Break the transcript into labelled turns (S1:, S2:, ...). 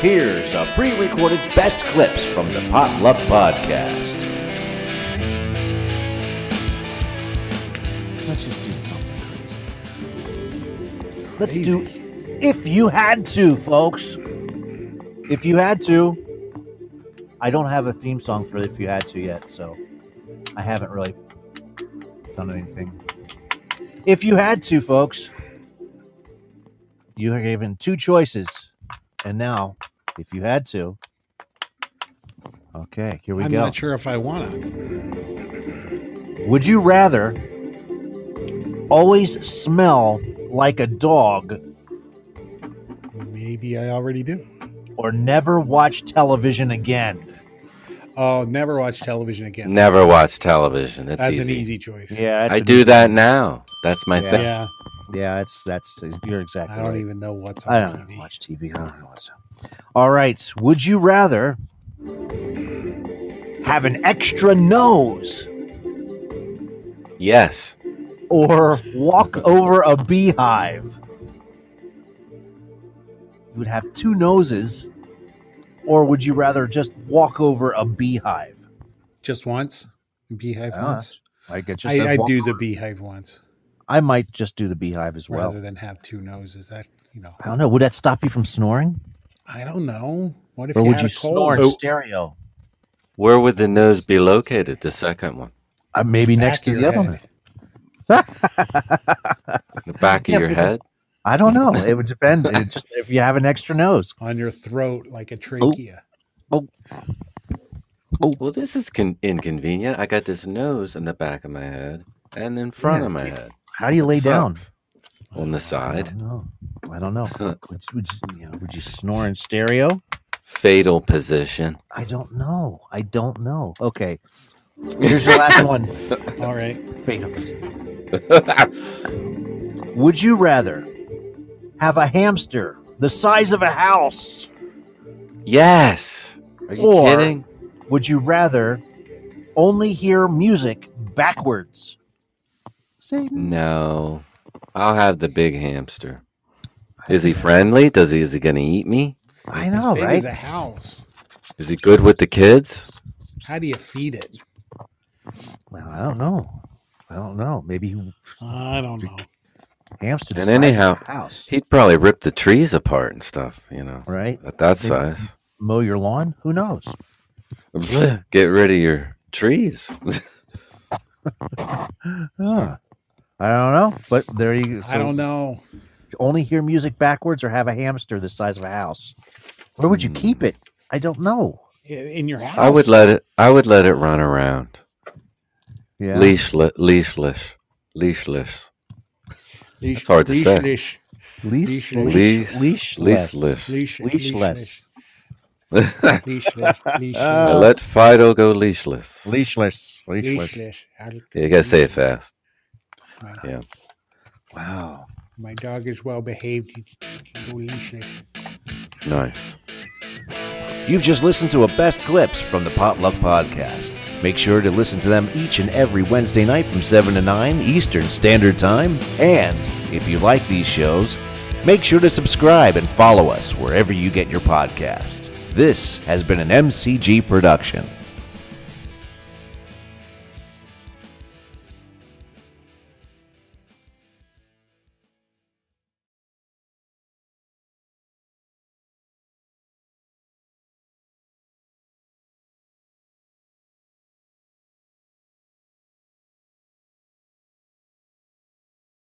S1: Here's a pre recorded best clips from the Pot Love Podcast.
S2: Let's just do something crazy. Let's do if you had to, folks. If you had to. I don't have a theme song for if you had to yet, so I haven't really done anything. If you had to, folks, you are given two choices. And now, if you had to. Okay, here we
S3: I'm
S2: go.
S3: not sure if I want to.
S2: Would you rather always smell like a dog
S3: Maybe I already do.
S2: or never watch television again?
S3: Oh, never watch television again.
S4: Never watch television. It's
S3: That's
S4: easy.
S3: an easy choice.
S2: Yeah,
S4: I do that now. That's my
S2: Yeah.
S4: thing.
S3: Yeah.
S2: Yeah, it's that's you're exactly.
S3: I don't
S2: right.
S3: even know what's on
S2: I don't
S3: TV.
S2: watch TV. I don't know what's. All right. Would you rather have an extra nose
S4: Yes.
S2: or walk over a beehive? You would have two noses, or would you rather just walk over a beehive?
S3: Just once. Beehive
S2: Yeah,
S3: once.
S2: Like it Uh, just says
S3: I, I
S2: walk-
S3: do the beehive once
S2: I might just do the beehive as well.
S3: rather than have two noses. That you know.
S2: I don't know. Would that stop you from snoring,
S3: I don't know. What if
S2: or
S3: you
S2: would
S3: had
S2: you
S3: a cold?
S2: snore in
S3: Oh,
S2: stereo?
S4: Where would the nose be located? The second one,
S2: Uh, maybe
S3: back
S2: next to
S3: your
S2: the other
S3: head.
S2: one.
S4: the back
S2: Yeah,
S4: of your
S2: but-
S4: head.
S2: I don't know. It would depend. It just, if you have an extra nose,
S3: on your throat
S2: Oh.
S3: like a trachea.
S4: Well, this is con- inconvenient. I got this nose in the back of my head and in front of my head
S2: how do you lay down?
S4: Sucks. on the
S2: I
S4: side.
S2: don't know. I don't know. would, you- would you, you know, would you snore in stereo?
S4: Fatal position.
S2: I don't know. I don't know. Okay. Here's your last one.
S3: All right.
S2: Fatal. Would you rather have a hamster the size of a house?
S4: Yes. Are you
S2: Or-
S4: kidding?
S2: Would you rather only hear music backwards? Satan.
S4: No. I'll have the big hamster. Is he friendly? Does he? Is he gonna eat me?
S2: I know,
S3: Big
S2: right?
S3: as a house.
S4: Is he good with the kids?
S3: How do you feed it?
S2: Well, I don't know. I don't know. Maybe he-
S3: I don't know.
S2: hamster. the
S4: And
S2: size of
S4: anyhow-
S2: a house.
S4: He'd probably rip the trees apart and stuff. You know,
S2: Right.
S4: At that
S2: Maybe-
S4: size.
S2: mow your lawn? Who knows?
S4: Bleh, Get rid of your trees.
S2: Huh. I don't know. But there you go.
S3: I don't know.
S2: Only hear music backwards or have a hamster the size of a house. Where would you
S4: Hmm.
S2: keep it? I don't know.
S3: I- In your house.
S4: I would let it. I would let it run around.
S2: Yeah.
S4: Leash, leashless, leashless,
S3: Leash,
S4: hard to
S3: leash,
S4: say.
S3: Leash,
S2: Leash,
S3: leash-
S2: leash,
S4: leash-
S2: leashless.
S4: leashless.
S3: leash,
S2: Leashless.
S4: I
S3: Leash, leash, leash,
S2: Uh,
S4: let Fido go leashless.
S2: Leashless.
S3: leash,
S2: Leashless.
S3: leash. I'll-
S4: Yeah, you gotta say it fast.
S3: My,
S4: Yeah.
S2: Wow.
S3: my dog is well behaved. He can go leash, leash.
S4: Nice.
S1: You've just listened to a best clips from the Pot Love Podcast. Make sure to listen to them each and every Wednesday night from 7 to 9 Eastern Standard Time. And if you like these shows, make sure to subscribe and follow us wherever you get your podcasts. This has been an MCG production.